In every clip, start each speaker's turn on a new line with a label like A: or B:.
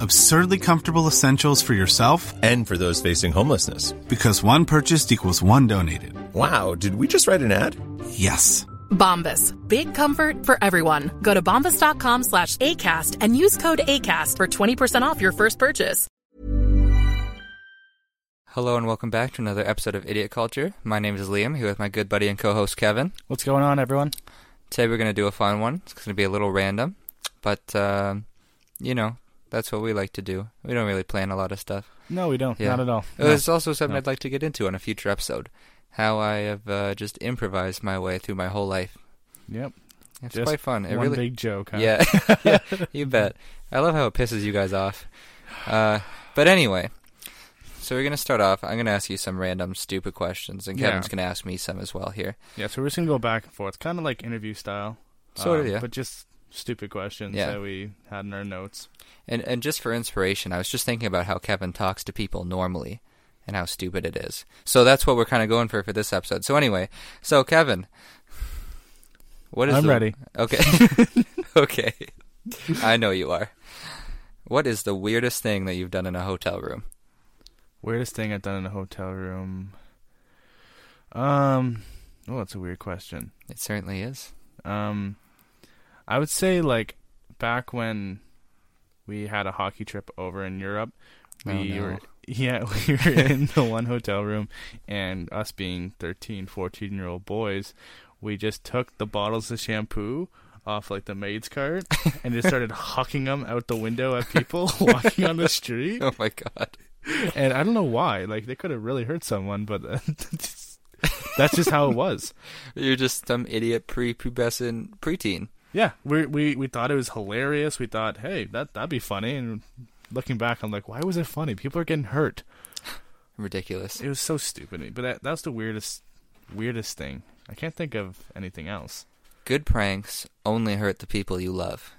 A: Absurdly comfortable essentials for yourself
B: And for those facing homelessness.
A: because one purchased equals one donated.
B: Wow, did we just write an ad?
A: Yes.
C: Bombas. Big comfort for everyone. Go to bombas.com slash ACAST and use code ACAST for 20% off your first purchase.
D: Hello and welcome back to another episode of Idiot Culture. My name is Liam, here with my good buddy and co-host Kevin.
E: What's going on, everyone?
D: Today we're going to do a fun one. It's going to be a little random, but um, you know that's what we like to do. We don't really plan a lot of stuff.
E: No, we don't. Not at all.
D: It was also something I'd like to get into on a future episode. How I have uh, just improvised my way through my whole life.
E: Yep.
D: It's
E: Just
D: quite fun. It
E: one
D: really,
E: big joke. Huh?
D: yeah, yeah, you bet. I love how it pisses you guys off. Uh, but anyway, so we're gonna start off. I'm gonna ask you some random stupid questions, and
E: Yeah.
D: Kevin's gonna ask me some as well here.
E: Yeah. So we're just gonna go back and forth, kind of like interview style.
D: Sort of,
E: um,
D: yeah.
E: But just stupid questions
D: Yeah.
E: that we had in our notes.
D: And and just for inspiration, I was just thinking about how Kevin talks to people normally, and how stupid it is. So that's what we're kind of going for for this episode. So anyway, so Kevin, what is
E: I'm
D: the-
E: ready.
D: Okay, okay, I know you are. What is the weirdest thing that you've done in a hotel room?
E: Weirdest thing I've done in a hotel room. Um. Oh, that's a weird question.
D: It certainly is.
E: Um, I would say like back when we had a hockey trip over in Europe,
D: Oh,
E: we
D: no.
E: were yeah we were in the one hotel room, and us being 13, 14 year old boys, we just took the bottles of shampoo off like the maid's cart and just started hucking them out the window at people walking on the street.
D: Oh my god.
E: And I don't know why, like they could have really hurt someone, but uh, that's just how it was.
D: You're just some idiot pre-pubescent preteen.
E: Yeah, we we we thought it was hilarious. We thought, hey, that that'd be funny. And looking back, I'm like, why was it funny? People are getting hurt.
D: Ridiculous.
E: It was so stupid. But that that's the weirdest weirdest thing. I can't think of anything else.
D: Good pranks only hurt the people you love.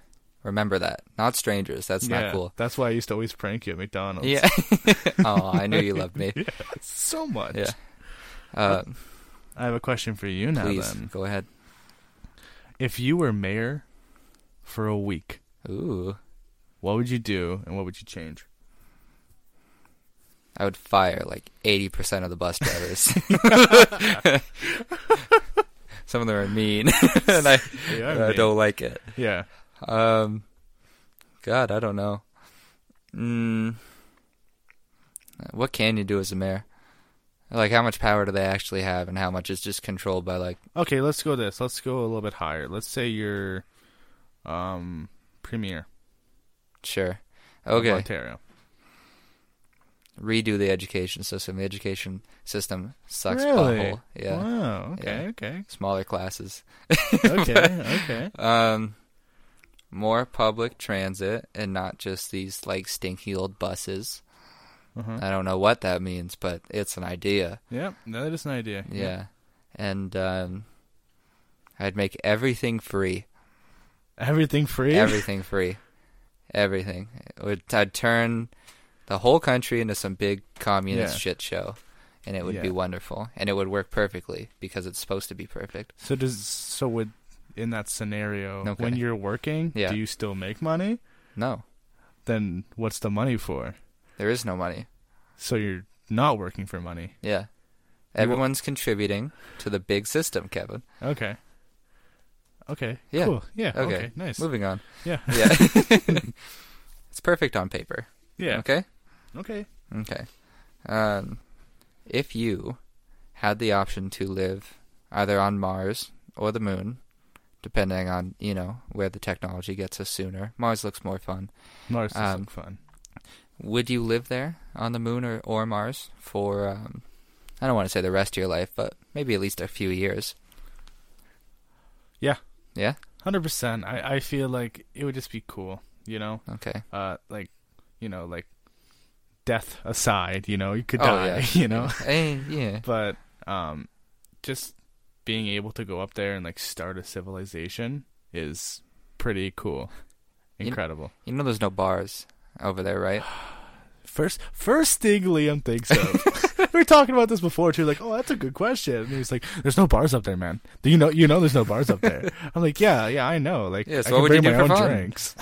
D: Remember that. Not strangers. That's
E: yeah,
D: not cool.
E: That's why I used to always prank you at McDonald's.
D: Yeah. oh, I knew you loved me.
E: so much.
D: Yeah. Uh,
E: I have a question for you now.
D: please
E: Then,
D: go ahead.
E: if you were mayor for a week,
D: Ooh,
E: what would you do and what would you change?
D: I would fire like eighty percent of the bus drivers. Some of them are mean, and I,
E: They are
D: I
E: mean.
D: don't like it.
E: Yeah,
D: Um, God, I don't know. Mm, what can you do as a mayor? Like, how much power do they actually have, and how much is just controlled by like?
E: Okay, let's go this. Let's go a little bit higher. Let's say you're um premier
D: Sure,
E: of
D: okay.
E: Ontario.
D: Redo the education system. The education system sucks.
E: really?
D: Butthole. Yeah.
E: Wow, okay,
D: Yeah.
E: okay.
D: Smaller classes.
E: Okay, okay.
D: Um, more public transit and not just these like stinky old buses. I don't know what that means, but it's an idea.
E: Yep, no, that is an idea.
D: Yeah. And um, I'd make everything free.
E: Everything free?
D: Everything free. Everything. It would- I'd turn the whole country into some big communist
E: Yeah.
D: shit show. and it would
E: Yeah.
D: be wonderful, and it would work perfectly because it's supposed to be perfect.
E: So does so would in that scenario
D: Okay.
E: when you're working,
D: Yeah.
E: do you still make money?
D: No,
E: Then what's the money for?
D: there is no money.
E: So you're not working for money.
D: Yeah, everyone's contributing to the big system, Kevin.
E: Okay. Okay.
D: Yeah.
E: Cool. Yeah. Okay. Nice.
D: Moving on.
E: Yeah.
D: Yeah. it's perfect on paper.
E: Yeah.
D: Okay.
E: Okay.
D: Okay. Um, if you had the option to live either on Mars or the Moon, depending on you know where the technology gets us sooner, Mars looks more fun.
E: Mars is
D: Um,
E: like fun.
D: Would you live there on the Moon or or Mars for? Um, I don't want to say the rest of your life, but maybe at least a few years.
E: Yeah.
D: Yeah.
E: Hundred percent. I I feel like it would just be cool. You know.
D: Okay.
E: Uh, like, you know, like death aside. You know, you could
D: Oh,
E: die.
D: yeah.
E: You know.
D: Eh, yeah.
E: but um, just being able to go up there and like start a civilization is pretty cool,
D: You-
E: incredible.
D: You know, there's no bars over there, right?
E: First, first thing Liam thinks of. we were talking about this before too. Like, oh, that's a good question. And he's like, "There's no bars up there, man. Do you know? You know, there's no bars up there." I'm like, "Yeah, yeah, I know. Like,
D: Yeah, so
E: I
D: what would
E: can bring
D: you do
E: my own
D: for fun?
E: drinks.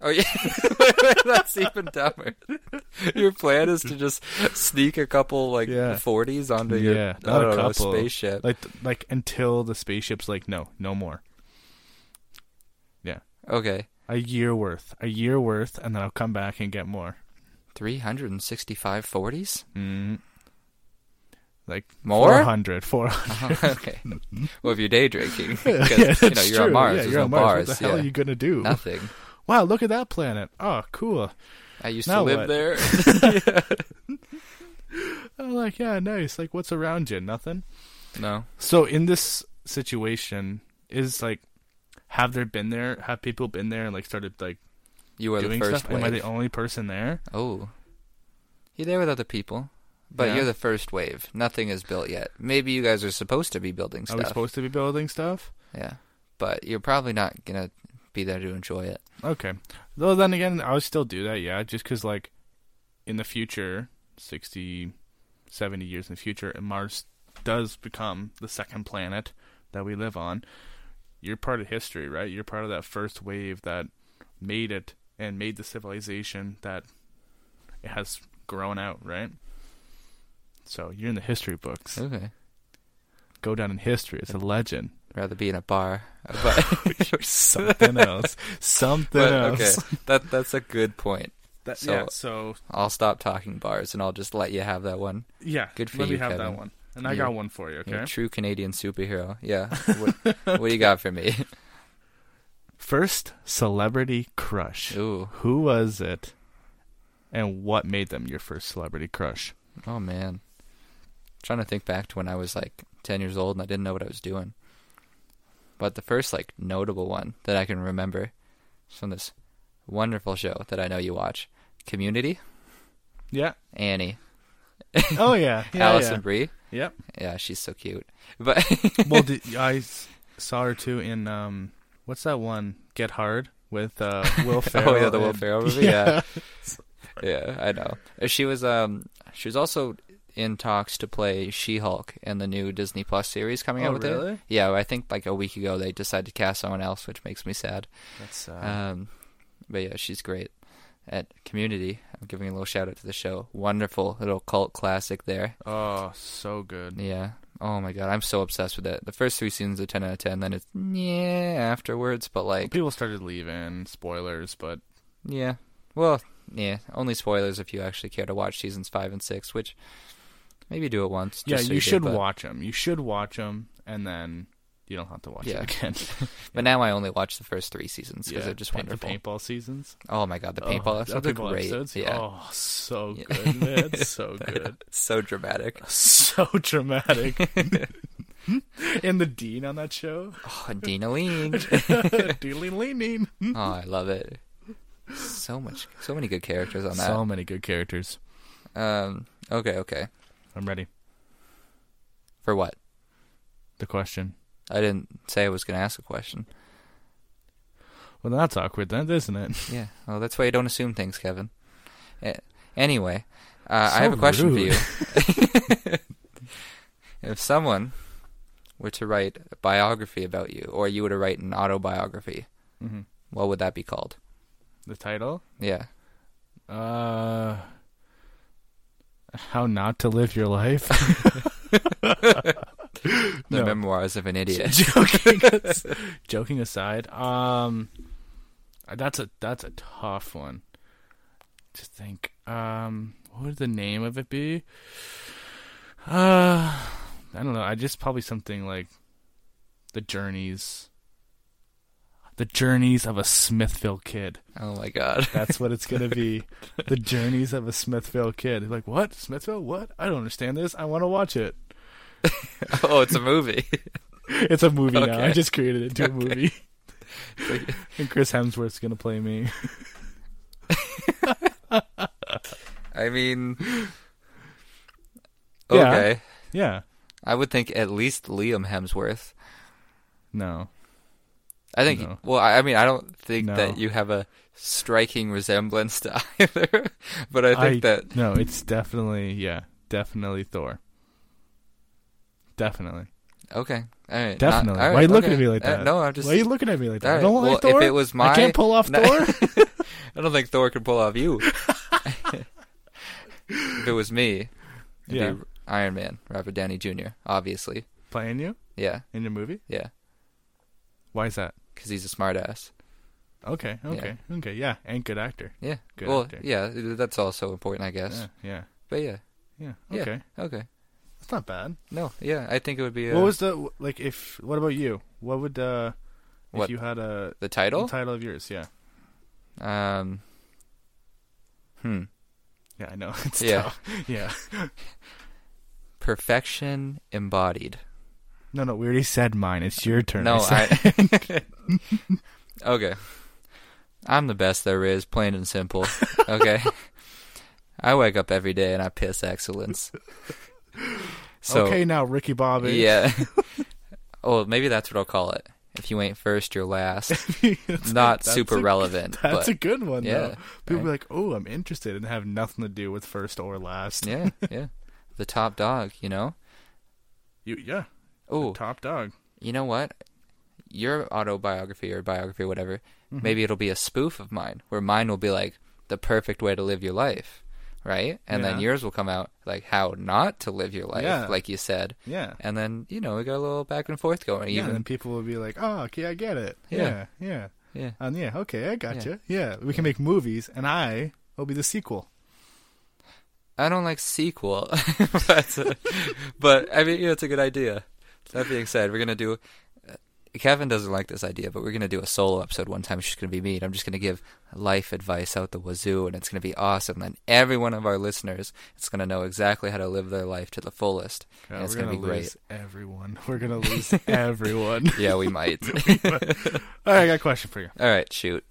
D: Oh yeah, that's even dumber. Your plan is to just sneak a couple like
E: Yeah.
D: forties onto your
E: yeah,
D: I
E: not
D: don't
E: a
D: know,
E: couple.
D: spaceship.
E: Like, like until the spaceship's like, no, no more. Yeah,
D: okay,
E: a year worth, a year worth, and then I'll come back and get more.
D: three hundred and sixty-five forties.
E: Mm. Like
D: More?
E: 400, 400.
D: okay. Well, if you're day drinking,
E: Yeah,
D: because
E: that's
D: you know you're
E: true.
D: on Mars,
E: Yeah,
D: there's
E: you're
D: no
E: on Mars.
D: bars.
E: What the hell
D: yeah.
E: are you gonna do?
D: Nothing.
E: Wow, look at that planet. Oh, cool.
D: I used
E: Now
D: to live
E: what?
D: there.
E: I'm Oh, like, yeah, nice. Like, what's around you? Nothing.
D: no.
E: So in this situation, is like, have there been there? Have people been there and like started like
D: You were the
E: doing
D: first
E: stuff? Am I the
D: wave.
E: only person there?
D: Oh. You're there with other people, but
E: Yeah.
D: you're the first wave. Nothing is built yet. Maybe you guys are supposed to be building
E: Are we
D: stuff.
E: supposed to be building stuff?
D: Yeah. But you're probably not going to be there to enjoy it.
E: Okay. Though then again, I would still do that, yeah, just because, like, in the future, 60, 70 years in the future, and Mars does become the second planet that we live on, you're part of history, right? You're part of that first wave that made it and made the civilization that it has grown out, right? So you're in the history books.
D: Okay.
E: Go down in history. It's a legend.
D: Rather be in a bar. But,
E: Something else. Something
D: but okay.
E: else.
D: That that's a good point.
E: That-
D: So-
E: yeah, so
D: I'll stop talking bars and I'll just let you have that one.
E: Yeah.
D: Good for
E: let
D: you,
E: me have
D: Kevin.
E: that one. And I
D: You-
E: got one for you,
D: You're
E: okay?
D: a true Canadian superhero. Yeah. What, what do you got for me?
E: First celebrity crush.
D: Ooh.
E: Who was it? And what made them your first celebrity crush?
D: Oh man. trying to think back to when I was like 10 years old and I didn't know what I was doing. But the first like notable one that I can remember is from this wonderful show that I know you watch, Community,
E: Yeah.
D: Annie,
E: Oh yeah. yeah
D: Allison
E: yeah.
D: Brie.
E: Yep.
D: Yeah, she's so cute. But
E: Well, did, I s- saw her too in um, what's that one? Get Hard with uh, Will Ferrell.
D: oh yeah, the Will
E: and-
D: Ferrell movie. Yeah, yeah, I know. She was um, she was also in talks to play She-Hulk in the new Disney Plus series coming
E: Oh,
D: out with it.
E: really?
D: Yeah, I think like a week ago they decided to cast someone else, which makes me sad.
E: That's, uh,
D: Um, but yeah, she's great at Community. I'm giving a little shout out to the show. Wonderful little cult classic there.
E: oh, so good.
D: Yeah. Oh my god, I'm so obsessed with it. The first three seasons are ten out of ten. Then it's yeah afterwards, but like
E: People started leaving. Spoilers, but
D: Yeah. Well, yeah. Only spoilers if you actually care to watch seasons five and six, which maybe do it once.
E: yeah,
D: just so
E: you should
D: did, but-
E: watch them. You should watch them, and then you don't have to watch
D: Yeah.
E: it again.
D: But now I only watch the first three seasons because
E: Yeah,
D: they're just
E: paint- the
D: wonderful.
E: paintball seasons.
D: Oh my god, the paintball
E: Oh,
D: episodes
E: the
D: are
E: paintball
D: great.
E: episodes?
D: Yeah.
E: Oh, so
D: Yeah.
E: good, man. so good.
D: So dramatic.
E: So dramatic. and the dean on that show,
D: Oh, Dina Lean.
E: dealing leaning.
D: oh, I love it. So much, so many good characters on that.
E: So many good characters.
D: um, okay, okay.
E: I'm ready.
D: For what?
E: The question.
D: I didn't say I was going to ask a question.
E: Well, that's awkward, then, isn't it?
D: Yeah. Well, that's why you don't assume things, Kevin. A- Anyway, uh, I have a
E: So
D: question
E: rude.
D: for you. If someone were to write a biography about you, or you were to write an autobiography,
E: Mhm.
D: what would that be called?
E: The title?
D: Yeah.
E: Uh, how not to live your life?
D: The
E: No.
D: Memoirs of an Idiot.
E: joking, joking aside, um, that's a that's a tough one. Just think, um, what would the name of it be? Uh, I don't know. I just probably something like the journeys, the journeys of a Smithville kid.
D: Oh my god.
E: That's what it's gonna be. the journeys of a Smithville kid. Like what? Smithville? What? I don't understand this. I want to watch it.
D: oh, it's a movie.
E: It's a movie now. I
D: Okay.
E: just created it to a movie.
D: like-
E: and Chris Hemsworth's gonna play me.
D: I mean,
E: Yeah.
D: okay.
E: yeah.
D: I would think at least Liam Hemsworth.
E: No.
D: I think.
E: No.
D: Well, I I mean, I don't think
E: No.
D: that you have a striking resemblance to either. But I think that
E: no. It's definitely yeah. Definitely Thor. Definitely.
D: okay, all right,
E: Definitely.
D: Not, all
E: Why are you
D: right,
E: looking
D: okay.
E: at me like
D: Uh,
E: that?
D: no, I'm just.
E: Why are you looking at me like that?
D: All
E: I
D: right,
E: don't like
D: well, if
E: Thor.
D: it was my-
E: I can't pull off
D: No.
E: Thor.
D: I don't think Thor could pull off you. if it was me, it'd
E: yeah.
D: be Iron Man, Robert Downey Jr. Obviously,
E: Playing you
D: yeah,
E: in your movie?
D: yeah,
E: Why is that?
D: because he's a smartass.
E: Okay. Okay. Okay. Yeah. And good actor.
D: Yeah.
E: Good
D: well,
E: actor.
D: yeah, that's also important, I guess.
E: Yeah. Yeah.
D: But yeah,
E: Yeah.
D: yeah,
E: Okay.
D: okay.
E: That's not bad.
D: No, yeah, I think it would be. uh
E: What was the like? If what about you? What would uh, if
D: What?
E: you had a
D: the title?
E: title of yours? Yeah.
D: Um. Hmm.
E: Yeah, I know. It's
D: Yeah.
E: tough. Yeah.
D: Perfection embodied.
E: No, no, we already said mine. It's your turn.
D: No,
E: said-
D: I. okay. I'm the best there is, plain and simple. Okay. I wake up every day and I piss excellence. So,
E: okay, now Ricky Bobby.
D: Yeah. oh, maybe that's what I'll call it. If you ain't first, you're last.
E: That's-
D: Not
E: that's
D: super
E: a-
D: relevant.
E: That's
D: but,
E: a good one.
D: yeah,
E: though. People
D: right.
E: be like, "Oh, I'm interested," and have nothing to do with first or last.
D: yeah, yeah. The top dog, you know.
E: You, yeah.
D: Oh,
E: Top dog.
D: you know what? Your autobiography or biography, whatever,
E: Mm-hmm.
D: maybe it'll be a spoof of mine, where mine will be like the perfect way to live your life, right? And then
E: Yeah.
D: yours will come out like how not to live your life,
E: Yeah.
D: like you said.
E: Yeah.
D: And then you know we got a little back and forth going.
E: Yeah.
D: even
E: And people will be like, "Oh, okay, I get it."
D: Yeah.
E: Yeah. Yeah.
D: yeah,
E: And yeah, okay, I got gotcha. you. Yeah, we can make movies, and I will be the sequel.
D: I don't like sequel, but uh, but I mean you know, it's a good idea. That being said, we're gonna do. uh, Kevin doesn't like this idea, but we're gonna do a solo episode one time. It's just gonna be me, and I'm just gonna give life advice out the wazoo, and it's gonna be awesome. And every one of our listeners is gonna know exactly how to live their life to the fullest,
E: God,
D: and it's
E: we're
D: gonna,
E: gonna,
D: be
E: lose everyone. We're gonna lose everyone.
D: great. Yeah, we might.
E: All right, I got a question for you.
D: All right, shoot.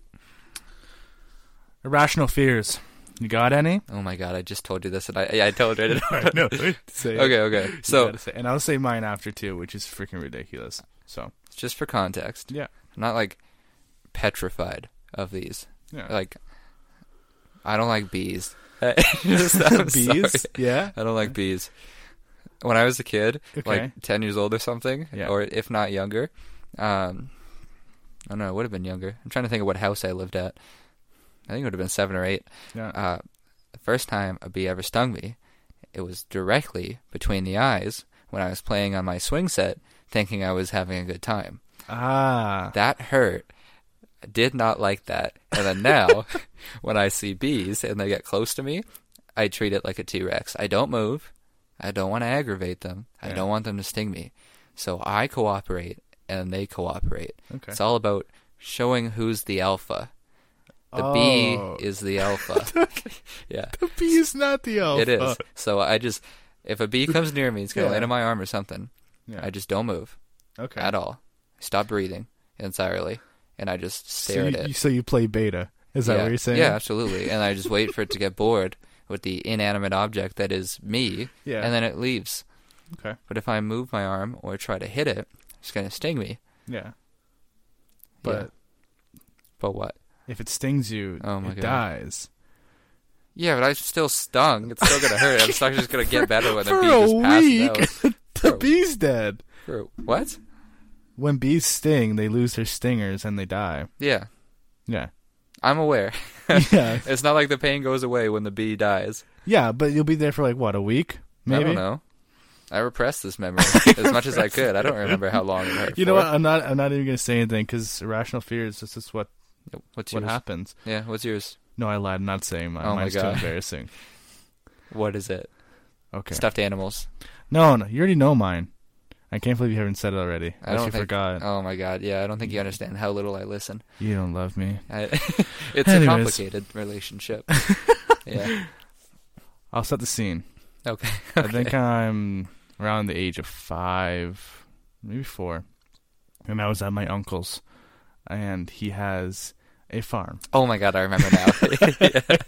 E: Irrational fears. You got any?
D: Oh my god, I just told you this, and I I told you. I didn't.
E: no. Say it.
D: Okay, okay.
E: You
D: So
E: gotta say- and I'll say mine after too, which is freaking ridiculous. So
D: just for context,
E: yeah,
D: I'm not like petrified of these.
E: yeah.
D: like I don't like bees.
E: bees. Yeah.
D: I don't like bees. When I was a kid,
E: Okay.
D: like ten years old or something,
E: Yeah.
D: or if not younger, um, I don't know. I would have been younger. I'm trying to think of what house I lived at. I think it would have been seven or eight.
E: Yeah.
D: Uh, the first time a bee ever stung me, it was directly between the eyes when I was playing on my swing set, thinking I was having a good time
E: ah.
D: that hurt. I did not like that. And then now, when I see bees and they get close to me, I treat it like a T Rex. I don't move. I don't want to aggravate them. I
E: Yeah.
D: don't want them to sting me. So I cooperate and they cooperate.
E: Okay.
D: It's all about showing who's the alpha. The
E: Oh.
D: bee is the alpha. yeah.
E: The bee is not the alpha.
D: It is. So I just, if a bee comes near me, it's going to
E: Yeah.
D: land on my arm or something.
E: Yeah.
D: I just don't move
E: okay.
D: at all. I stop breathing entirely, and I just stare
E: so
D: at
E: you,
D: it.
E: you- so you play beta. Is that
D: yeah.
E: what you're saying?
D: Yeah, absolutely. and I just wait for it to get bored with the inanimate object that is me,
E: Yeah.
D: and then it leaves.
E: Okay.
D: But if I move my arm or try to hit it, it's going to sting me.
E: Yeah. But
D: Yeah. But what?
E: if it stings you,
D: Oh my
E: it
D: God.
E: dies.
D: Yeah, but I'm still stung. It's still going to hurt. I'm still just going to get better when the
E: For
D: bee
E: a
D: just passes
E: week,
D: out. For a
E: bees dead.
D: For what?
E: When bees sting, they lose their stingers and they die.
D: Yeah,
E: Yeah.
D: I'm aware.
E: Yeah.
D: It's not like the pain goes away when the bee dies.
E: Yeah, but you'll be there for like what, a week? Maybe.
D: I don't know. I repressed this memory as much as I could. I don't remember how long it hurt.
E: You know
D: for.
E: what? I'm not. I'm not even gonna say anything because irrational fear is just, just what
D: What's
E: what
D: yours?
E: happens.
D: Yeah, what's yours?
E: No, I lied. I'm not saying mine.
D: Oh my
E: Mine's too
D: God.
E: embarrassing.
D: What is it?
E: Okay.
D: Stuffed animals.
E: No, no. You already know mine. I can't believe you haven't said it already.
D: I don't
E: you
D: think,
E: forgot.
D: Oh my god, yeah, I don't think you understand how little I listen.
E: You don't love me.
D: I, it's a
E: Anyways.
D: complicated relationship. yeah.
E: I'll set the scene.
D: Okay.
E: I think I'm around the age of five, maybe four, and I was at my uncle's, and he has a farm.
D: Oh my god, I remember now.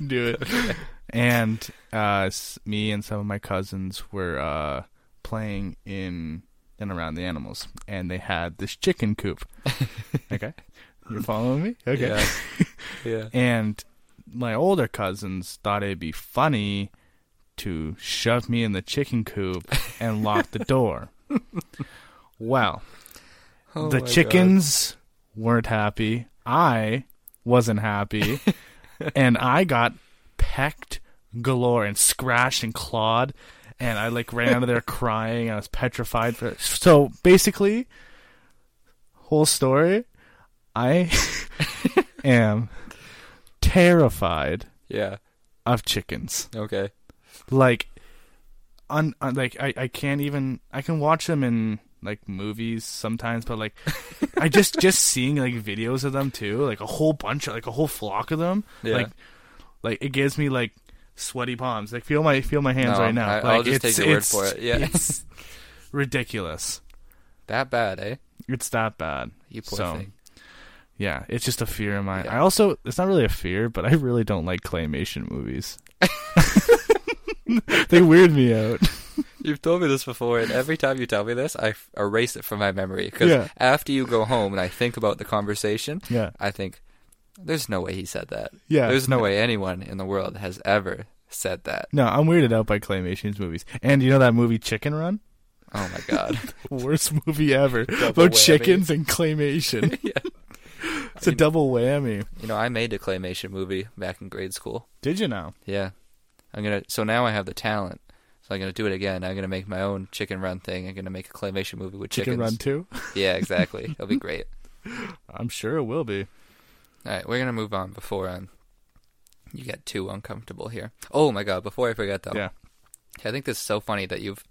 E: Do it. and uh, s- me and some of my cousins were uh, playing in and around the animals, and they had this chicken coop. okay, you're following me? Okay.
D: Yeah. yeah.
E: And my older cousins thought it'd be funny to shove me in the chicken coop and lock the door. Well,
D: Oh
E: the
D: my
E: chickens weren't happy. I wasn't happy. and I got pecked galore and scratched and clawed. And I like ran out of there crying. I was petrified. For so basically, whole story. I am terrified
D: God.
E: of chickens.
D: Yeah. Okay.
E: Like, un, un like I, I can't even I can watch them in like movies sometimes, but like I just just seeing like videos of them too, like a whole bunch of like a whole flock of them,
D: Yeah.
E: like like it gives me like sweaty palms. Like feel my feel my hands
D: No,
E: right now.
D: I-
E: like,
D: I'll just
E: it's-
D: take your word
E: it's-
D: for it. Yeah.
E: it's ridiculous.
D: That bad, eh?
E: It's that bad.
D: You poor
E: So,
D: thing.
E: Yeah, it's just a fear of mine.
D: Yeah.
E: I also it's not really a fear, but I really don't like claymation movies. they weird me out.
D: You've told me this before, and every time you tell me this, I f- erase it from my memory. Because
E: Yeah.
D: after you go home and I think about the conversation,
E: Yeah.
D: I think, there's no way he said that.
E: Yeah.
D: There's no way anyone in the world has ever said that.
E: No, I'm weirded out by claymations movies. And you know that movie Chicken Run?
D: Oh my god.
E: Worst movie ever.
D: whammy.
E: About chickens and claymation. It's a double whammy.
D: you know, I made a claymation movie back in grade school.
E: Did you know?
D: Yeah. I'm gonna. So now I have the talent. So I'm gonna do it again. I'm gonna make my own chicken run thing. I'm gonna make a claymation movie with
E: Chicken
D: chickens.
E: Run 2?
D: Yeah, exactly. It'll be great.
E: I'm sure it will be.
D: All right, we're gonna move on before um, you get too uncomfortable here. Oh my god! Before I forget though,
E: Yeah.
D: I think this is so funny that you've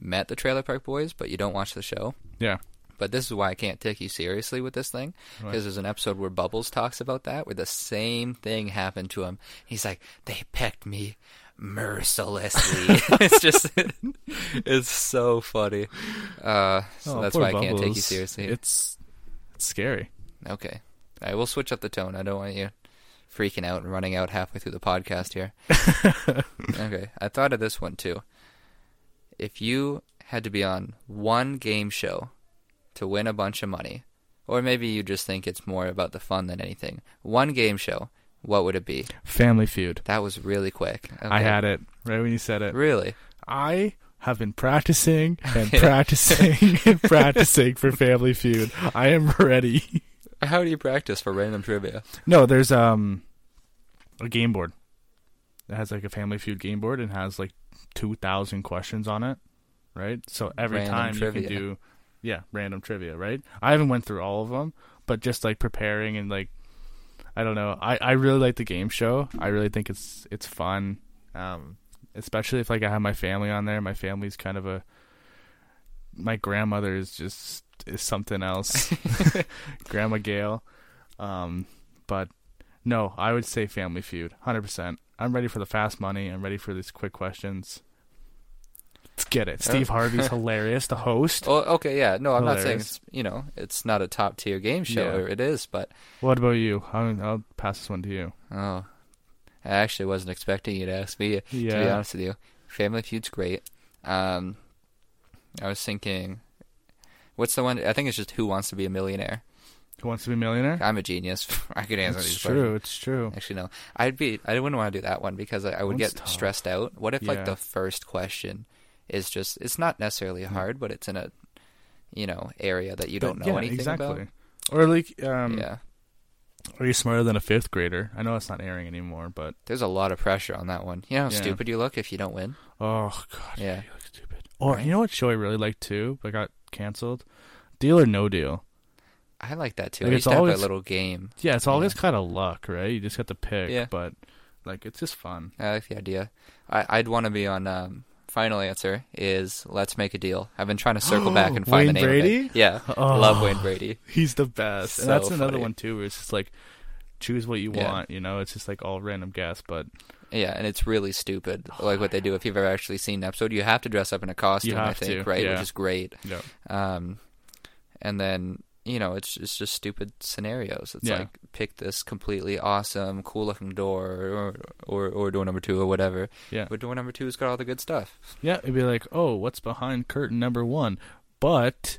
D: met the Trailer Park Boys, but you don't watch the show.
E: Yeah.
D: But this is why I can't take you seriously with this thing because there's an episode where Bubbles talks about that, where the same thing happened to him. He's like, "They pecked me mercilessly." it's just, it's so funny. Uh, so
E: Oh,
D: that's
E: poor
D: why I can't take you
E: Bubbles.
D: seriously.
E: It's, it's scary.
D: Okay. I will switch up the tone. I don't want you freaking out and running out halfway through the podcast here. okay. I thought of this one too. If you had to be on one game show to win a bunch of money, or maybe you just think it's more about the fun than anything, one game show, what would it be?
E: Family Feud.
D: That was really quick.
E: I had it right when you said it.
D: Really?
E: I have been practicing and practicing and practicing for Family Feud. I am ready.
D: How do you practice for random trivia?
E: No, there's um a game board. It has like a Family Feud game board and has like two thousand questions on it, right? So every
D: Random
E: time
D: trivia.
E: you can do, yeah, random trivia, right? I haven't went through all of them, but just like preparing and like, I don't know. I I really like the game show. I really think it's it's fun, um, especially if like I have my family on there. My family's kind of a my grandmother is just is something else. Grandma Gail. Um, but no, I would say Family Feud, hundred percent. I'm ready for the fast money. I'm ready for these quick questions. Let's get it.
D: Uh,
E: Steve Harvey's hilarious, the host.
D: Oh, okay, yeah. No, I'm not saying
E: Hilarious.
D: it's, you know, it's not a top tier game show.
E: Yeah.
D: It is, but
E: What about you? I'll, I'll pass this one to you.
D: Oh, I actually wasn't expecting you to ask me. To be
E: Yeah.
D: honest with you, Family Feud's great. Um, I was thinking, what's the one? I think it's just Who Wants to Be a Millionaire.
E: Who wants to be a millionaire?
D: I'm a genius. I could answer
E: It's
D: these
E: true.
D: questions.
E: It's true.
D: Actually, no. I'd be. I wouldn't want to do that one because I, I would
E: One's
D: get
E: tough.
D: stressed out. What if like
E: Yeah.
D: the first question is just it's not necessarily hard, but it's in a you know area that you don't
E: Hmm. But
D: know
E: yeah,
D: anything
E: exactly.
D: about.
E: Or like, um,
D: yeah,
E: are you smarter than a fifth grader? I know it's not airing anymore, but
D: there's a lot of pressure on that one. You know how
E: Yeah.
D: stupid you look if you don't win.
E: oh god,
D: Yeah.
E: you look stupid. Or you know what show I really liked too, but got canceled? Deal or No Deal.
D: I like that too.
E: Like,
D: I
E: it's
D: used to have
E: always-
D: that little game.
E: Yeah, it's always kind of luck, right? You just got to pick,
D: Yeah.
E: but like it's just fun.
D: I like the idea. I, I'd want to be on. Um, final answer is let's make a deal. I've been trying to circle back and find the
E: Wayne
D: name. of it.
E: Brady?
D: Yeah,
E: Oh.
D: love Wayne Brady.
E: He's the best.
D: So
E: and that's another
D: funny.
E: one too, where it's just like choose what you
D: Yeah.
E: want. You know, it's just like all random guess, but
D: Yeah, and it's really stupid, like what they do. If you've ever actually seen an episode, you have to dress up in a costume. I
E: have
D: think
E: to,
D: right,
E: yeah.
D: which is great.
E: yeah,
D: Um, and then you know it's it's just stupid scenarios. It's
E: Yeah.
D: like pick this completely awesome, cool looking door, or, or or door number two, or whatever.
E: yeah,
D: But door number two's got all the good stuff.
E: yeah. It'd be like, oh, what's behind curtain number one? But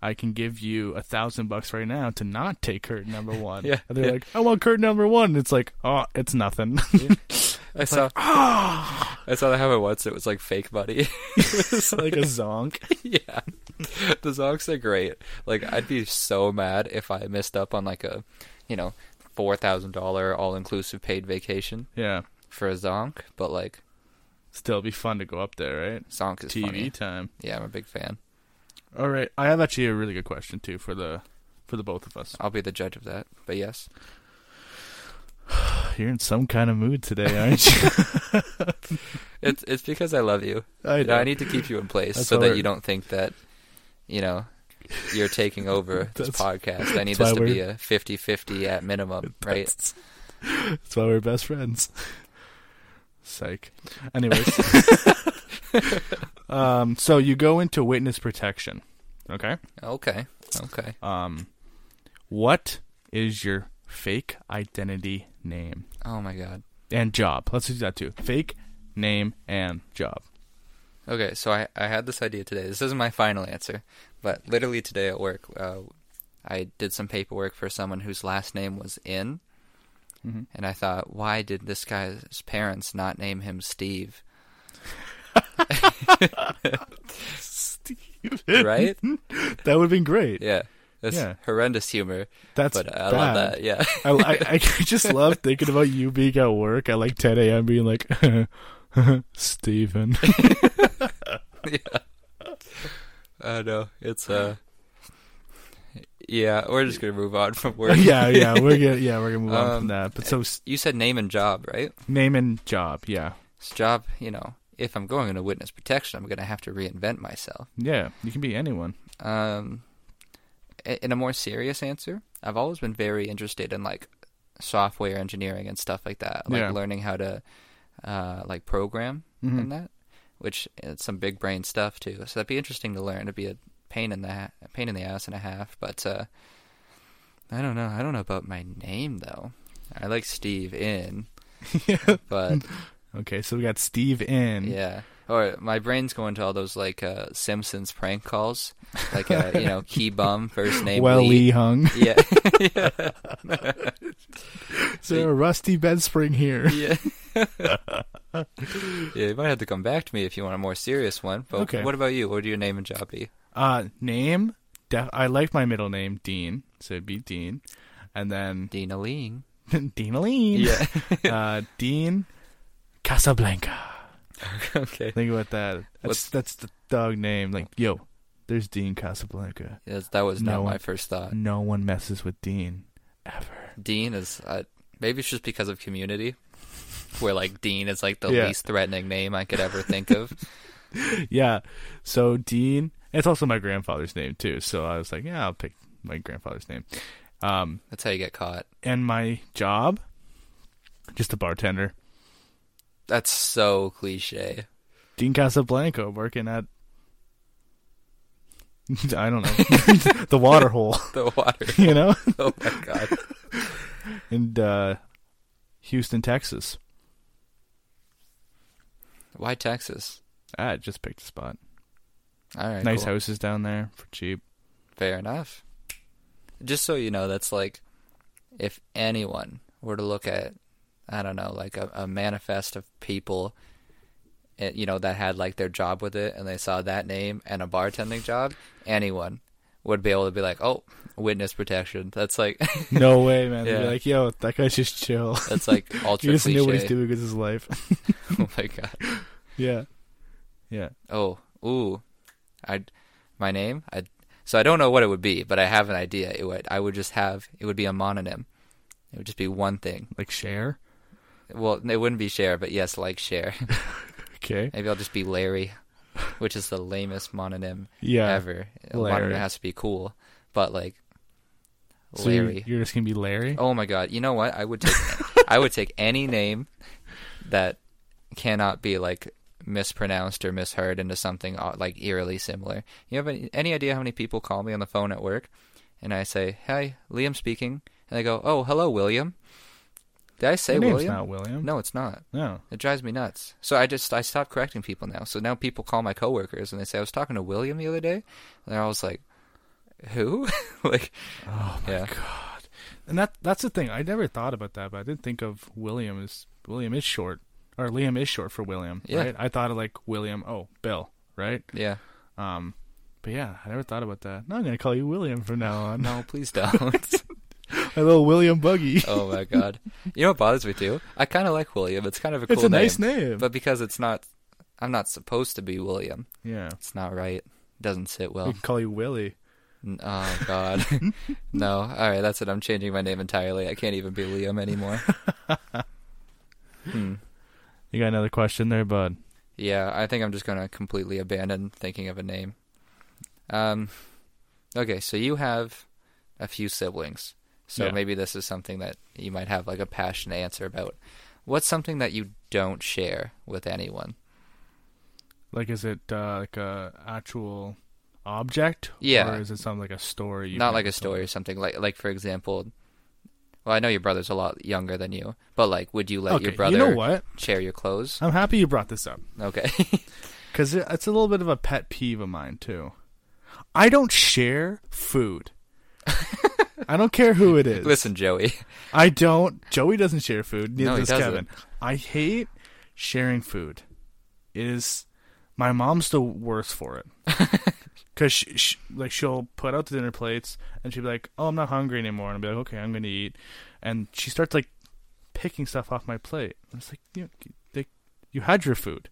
E: I can give you a thousand bucks right now to not take curtain number one.
D: Yeah,
E: and they're
D: yeah.
E: like, I want curtain number one. It's like, oh, it's nothing.
D: I saw. I saw that happen once. It was like fake money.
E: it's like a zonk.
D: yeah, the Zonks are great. Like I'd be so mad if I missed up on like a, you know, four thousand dollar all inclusive paid vacation
E: Yeah,
D: for a Zonk. But like
E: still be fun to go up there, right?
D: Zonk is
E: TV
D: funny.
E: time.
D: yeah, I'm a big fan.
E: All right, I have actually a really good question too for the for the both of us.
D: I'll be the judge of that. But yes,
E: You're in some kind of mood today, aren't you?
D: it's it's because I love you.
E: I
D: You know, I
E: know.
D: need to keep you in place
E: That's
D: so
E: how
D: that
E: we're-
D: you don't think that, you know. You're taking over this
E: That's-
D: podcast. I need
E: that's
D: this to
E: why
D: be a 50-50 at minimum, right?
E: That's why we're best friends. Psych. Anyways, um, so you go into witness protection. Okay.
D: Okay. Okay.
E: Um, what is your fake identity name
D: Oh my god.
E: and job? Let's do that too. Fake name and job.
D: Okay, so I, I had this idea today. This isn't my final answer, but literally today at work, uh, I did some paperwork for someone whose last name was In,
E: Mm-hmm.
D: and I thought, why did this guy's parents not name him Steve? Right?
E: That would have been great.
D: yeah, that's
E: Yeah.
D: horrendous humor.
E: That's
D: but I
E: bad.
D: love that. Yeah,
E: I, I, I just love thinking about you being at work at like 10 a.m. being like, Steven.
D: I know it's uh, yeah. We're just gonna move on from work.
E: yeah, yeah, we're gonna yeah we're gonna move on
D: Um,
E: from that. But so s-
D: You said name and job, right?
E: name and job, yeah,
D: It's job, you know, if I'm going into witness protection, I'm going to have to reinvent myself.
E: yeah, you can be anyone.
D: Um, i- in a more serious answer, I've always been very interested in like software engineering and stuff like that, like
E: Yeah.
D: learning how to uh, like program and that, which it's some big brain stuff too. So that'd be interesting to learn. It'd be a pain in the ha- a pain in the ass and a half, but uh, I don't know. I don't know about my name though. I like Steve in, but
E: Okay, so we got Steve in.
D: yeah. Or my brain's going to all those like uh, Simpsons prank calls, like uh, you know, key bum first name.
E: Well, Lee
D: Lee.
E: hung.
D: Yeah,
E: Is there a rusty bedspring here?
D: yeah. yeah, you might have to come back to me if you want a more serious one. But
E: Okay.
D: what about you? What would your name and job be?
E: Uh, name. Def- I like my middle name, Dean. So it'd be Dean, and then
D: Dina Ling.
E: Dean Aline.
D: Yeah.
E: uh, Dean Casablanca.
D: okay.
E: Think about that. That's
D: What's-
E: that's the dog name. Like, yo, there's Dean Casablanca.
D: Yes, that was not
E: No.
D: my first thought.
E: No one messes with Dean ever.
D: Dean is uh, maybe it's just because of Community, where like Dean is like the
E: Yeah.
D: least threatening name I could ever think of.
E: yeah. So Dean, it's also my grandfather's name too. So I was like, yeah, I'll pick my grandfather's name. Um,
D: That's how you get caught.
E: and my job, just a bartender.
D: That's so cliche.
E: Dean Casablanco working at. I don't know the water hole,
D: The water.
E: you know,
D: Oh my god.
E: and uh, Houston, Texas.
D: Why Texas?
E: I just picked a spot.
D: All right.
E: nice
D: cool.
E: houses down there for cheap.
D: Fair enough. Just so you know, that's like if anyone were to look at, I don't know, like a, a manifest of people eh, you know, that had like their job with it and they saw that name and a bartending job, anyone would be able to be like, oh, witness protection. That's like,
E: No way, man. They'd be
D: Yeah.
E: like, yo, that guy's just chill.
D: that's like ultra
E: He just
D: cliche.
E: knew what he's doing with his life.
D: Oh my god.
E: yeah. Yeah.
D: Oh, ooh, I, my name. I so I don't know what it would be, but I have an idea. It would. I would just have. It would be a mononym. It would just be one thing.
E: Like share.
D: Well, it wouldn't be share, but yes, like share.
E: Okay.
D: Maybe I'll just be Larry, which is the lamest mononym
E: Yeah.
D: ever. A
E: Larry.
D: mononym has to be cool, but like
E: So you-
D: Larry.
E: You're just gonna be Larry?
D: Oh my god! You know what? I would take. I would take any name that cannot be like mispronounced or misheard into something uh, like eerily similar. You have any, any idea how many people call me on the phone at work, and I say, "Hi, Liam speaking," and they go, "Oh, hello, William." Did I say
E: Your name's
D: William?
E: not William.
D: No, it's not.
E: No.
D: It drives me nuts. So I just I stopped correcting people now. So now people call my coworkers and they say I was talking to William the other day, and I was like, "Who?" like, oh my yeah.
E: God. And that that's the thing. I never thought about that, but I did think of William as William is short. Or Liam is short for William.
D: Yeah.
E: Right? I thought of like William oh, Bill, right?
D: yeah.
E: Um but yeah, I never thought about that. Now I'm gonna call you William from now on.
D: No, please don't.
E: My little William Buggy.
D: oh my god. You know what bothers me too? I kind of like William. It's kind of a cool
E: It's a nice name.
D: But because it's not, I'm not supposed to be William.
E: yeah.
D: It's not right. It doesn't sit
E: We
D: well.
E: can call you Willie.
D: N- oh god. no. All right, that's it. I'm changing my name entirely. I can't even be Liam anymore.
E: You got another question there, bud.
D: Yeah, I think I'm just gonna completely abandon thinking of a name. Um, okay, so you have a few siblings, so
E: Yeah.
D: maybe this is something that you might have like a passionate answer about. What's something that you don't share with anyone?
E: Like, is it uh, like a actual object?
D: Yeah.
E: Or is it something like a story? you
D: Not
E: have
D: like a
E: with
D: story
E: someone?
D: or something. Like, like for example, well, I know your brother's a lot younger than you, but like, would you let your
E: Okay,
D: brother
E: you know what?
D: share your clothes?
E: I'm happy you brought this up
D: Okay,
E: because it's a little bit of a pet peeve of mine too. I don't share food. I don't care who it is.
D: listen, Joey.
E: I don't. Joey doesn't share food. Neither
D: No, he
E: does
D: doesn't.
E: Kevin. I hate sharing food. It is my mom's the worst for it because she, she, like she'll put out the dinner plates and she'll be like, "Oh, I'm not hungry anymore," and I'll be like, "Okay, I'm gonna eat," and she starts like picking stuff off my plate. I was like, "You, they, you had your food."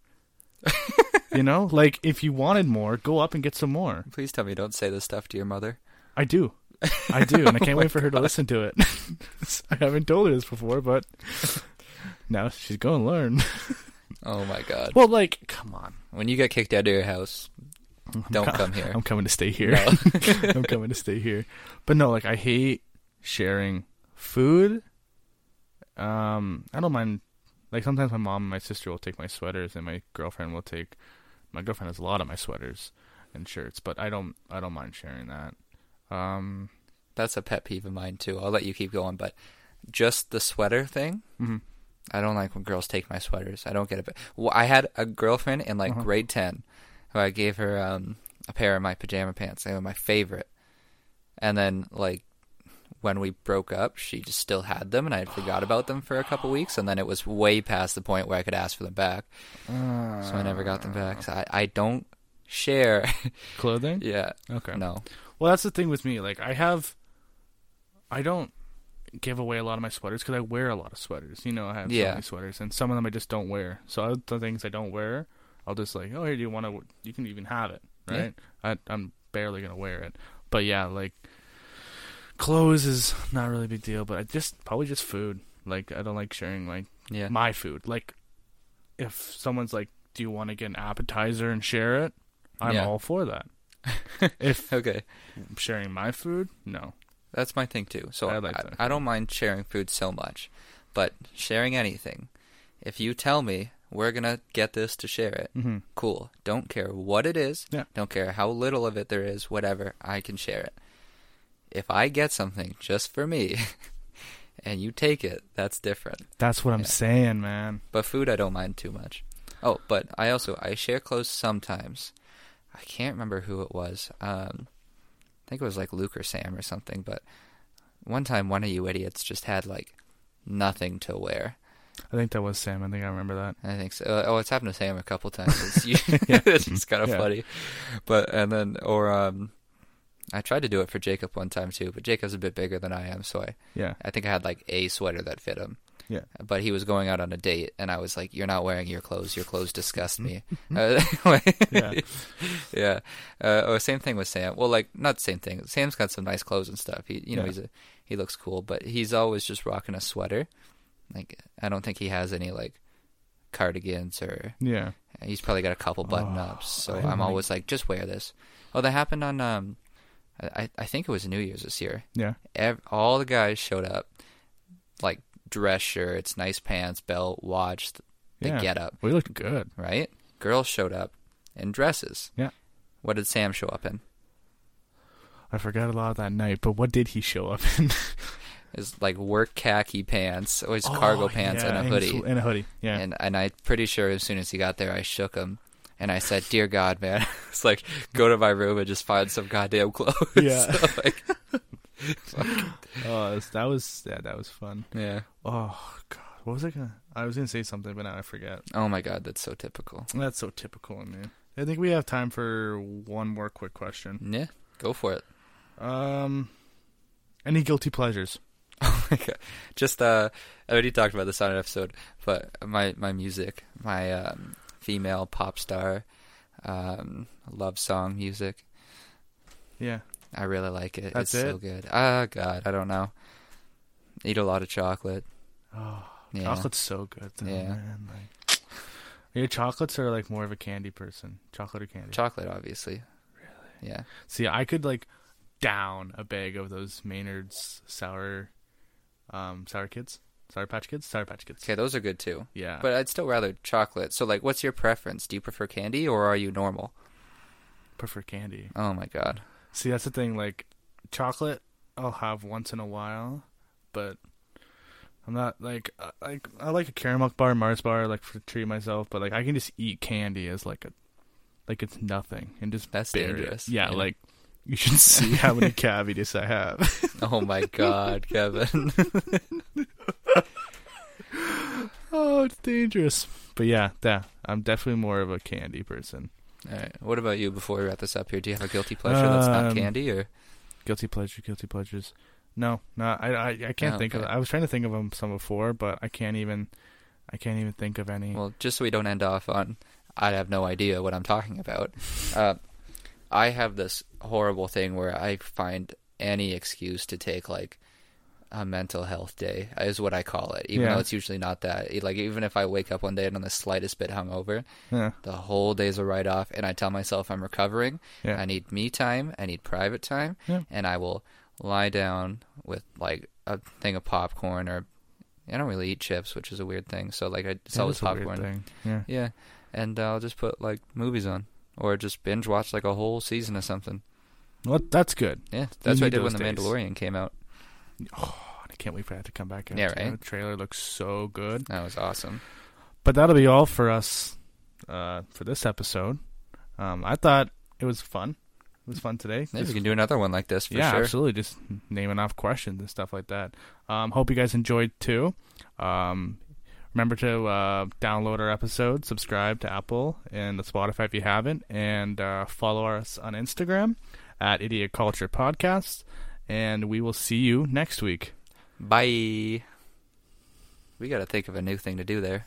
E: you know, like if you wanted more, go up and get some more.
D: Please tell me you don't say this stuff to your mother.
E: I do. I do, and I can't wait for her to listen to it. I haven't told her this before, but now she's going to learn.
D: Oh my god.
E: Well, like, come on.
D: When you get kicked out of your house, don't come here.
E: I'm coming to stay here. I'm coming to stay here. But no, like, I hate sharing food. Um, I don't mind. Like, sometimes my mom and my sister will take my sweaters, and my girlfriend will take. My girlfriend has a lot of my sweaters and shirts, but I don't. I don't mind sharing that. Um,
D: That's a pet peeve of mine too. I'll let you keep going, but just the sweater thing.
E: Mhm.
D: I don't like when girls take my sweaters. I don't get it. But well, I had a girlfriend in like grade ten who I gave her um, a pair of my pajama pants. They were my favorite. And then like when we broke up, she just still had them, and I had forgot about them for a couple weeks. And then it was way past the point where I could ask for them back, so I never got them back. So I, I don't share.
E: clothing.
D: yeah.
E: Okay.
D: No.
E: Well, that's the thing with me. Like, I have, I don't give away a lot of my sweaters because I wear a lot of sweaters. You know, I have so
D: Yeah.
E: many sweaters, and some of them I just don't wear. So other the things I don't wear, I'll just like, oh, here, do you want to? You can even have it,
D: Yeah.
E: right? I, I'm barely gonna wear it, but yeah, like clothes is not really a big deal. But I just probably just food. Like, I don't like sharing like
D: Yeah.
E: my food. Like, if someone's like, do you want to get an appetizer and share it? I'm
D: Yeah.
E: all for that. if
D: okay.
E: sharing my food? No.
D: That's my thing too. So
E: I
D: I,
E: like
D: I,
E: that.
D: don't mind sharing food so much, but sharing anything. If you tell me we're gonna get this to share it, cool. Don't care what it is.
E: Mm-hmm. Yeah.
D: Don't care how little of it there is. Whatever, I can share it. If I get something just for me, and you take it, that's different.
E: That's what I'm saying, man.
D: But food, I don't mind too much. Oh, but I also I share clothes sometimes. I can't remember who it was. Um, I think it was like Luke or Sam or something. But one time, one of you idiots just had like nothing to wear,
E: I think that was Sam. I think I remember that.
D: I think so. Uh, oh, it's happened to Sam a couple times. It's, u- it's kind of
E: Yeah.
D: funny, but and then or um, I tried to do it for Jacob one time too, but Jacob's a bit bigger than I am, so I
E: Yeah.
D: I think I had like a sweater that fit him.
E: Yeah.
D: But he was going out on a date, and I was like, "You're not wearing your clothes. Your clothes disgust me." Uh, yeah, yeah. Uh, or same thing with Sam. Well, like not same thing. Sam's got some nice clothes and stuff. He, you know,
E: Yeah.
D: he's a, he looks cool, but he's always just rocking a sweater. Like I don't think he has any like cardigans or
E: Yeah.
D: he's probably got a couple button ups. So
E: Oh, I
D: I'm
E: like-
D: always like, just wear this. Oh, that happened on um, I I think it was New Year's this year
E: Yeah.
D: ev- all the guys showed up, like dress shirts, nice pants, belt, watch, th- the
E: yeah.
D: get up,
E: We looked good.
D: right? Girls showed up in dresses.
E: Yeah.
D: What did Sam show up in?
E: I forgot a lot that night, but what did he show up in?
D: His like work khaki pants, or his cargo pants, and a hoodie.
E: Oh, And a hoodie. Yeah.
D: And and I'm pretty sure as soon as he got there, I shook him. And I said, "Dear God, man, it's like go to my room and just find some goddamn clothes."
E: Yeah.
D: So, like,
E: oh, that was yeah, that was fun.
D: yeah.
E: Oh god, what was I gonna? I was gonna say something, but now I forget.
D: Oh my God, that's so typical.
E: That's so typical of me. I think we have time for one more quick question.
D: Yeah, go for it.
E: Um, any guilty pleasures?
D: Oh my god! Just uh, I already talked about this on an episode, but my my music, my um, female pop star, um, love song music.
E: Yeah,
D: I really like it.
E: That's
D: it's so
E: it?
D: good. Ah, God, I don't know. Eat a lot of chocolate. Oh, yeah.
E: chocolate's so good. Though,
D: Yeah.
E: man. Like, are you chocolates or like more of a candy person? Chocolate or candy?
D: Chocolate, obviously. Really? Yeah.
E: See, I could like down a bag of those Maynard's sour, um, sour kids, sour patch kids, sour patch kids.
D: Okay, those are good too.
E: Yeah.
D: But I'd still rather chocolate. So, like, what's your preference? Do you prefer candy or are you normal?
E: Prefer candy.
D: Oh my God.
E: See, that's the thing. Like, chocolate, I'll have once in a while, but I'm not like I, like I like a caramel bar, Mars bar, like for treat myself. But like, I can just eat candy as like a like it's nothing and just
D: That's
E: bury it.
D: dangerous.
E: Yeah,
D: Yeah.
E: like you should see how many cavities I have.
D: Oh my God, Kevin.
E: oh, it's dangerous. But yeah, yeah, I'm definitely more of a candy person.
D: All right. What about you? Before we wrap this up here, do you have a guilty pleasure that's not
E: Um,
D: candy or?
E: Guilty pleasure, guilty pleasures. No, no, I I, I can't
D: Oh,
E: think of.
D: okay.
E: I was trying to think of 'em some before, but I can't even. I can't even think of any.
D: Well, just so we don't end off on, I have no idea what I'm talking about. Uh, I have this horrible thing where I find any excuse to take like a mental health day is what I call it, even
E: Yeah.
D: though it's usually not that. It- Like even if I wake up one day and I'm the slightest bit hungover,
E: Yeah.
D: the whole day's a write off, and I tell myself I'm recovering.
E: Yeah.
D: I need me time. I need private time,
E: Yeah.
D: and I will lie down with like a thing of popcorn or. I don't really eat chips, which is a weird thing. So like, I, it's
E: That
D: always
E: is a weird
D: popcorn.
E: thing. Yeah.
D: Yeah, and uh, I'll just put like movies on, or just binge watch like a whole season of something.
E: Well, that's good.
D: Yeah, that's what
E: You
D: I
E: need
D: did when
E: those
D: The
E: days.
D: Mandalorian came out.
E: Oh, I can't wait for that to come back. out,
D: Yeah,
E: too.
D: right?
E: The trailer looks so good.
D: That was awesome.
E: But that'll be all for us uh, for this episode. Um, I thought it was fun. It was fun today.
D: Maybe
E: Just-
D: we can do another one like this for
E: yeah,
D: sure.
E: absolutely. Just naming off questions and stuff like that. Um, hope you guys enjoyed too. Um, remember to uh, download our episode, subscribe to Apple and the Spotify if you haven't, and uh, follow us on Instagram at Idiot Culture Podcast. And we will see you next week.
D: Bye. We got to think of a new thing to do there.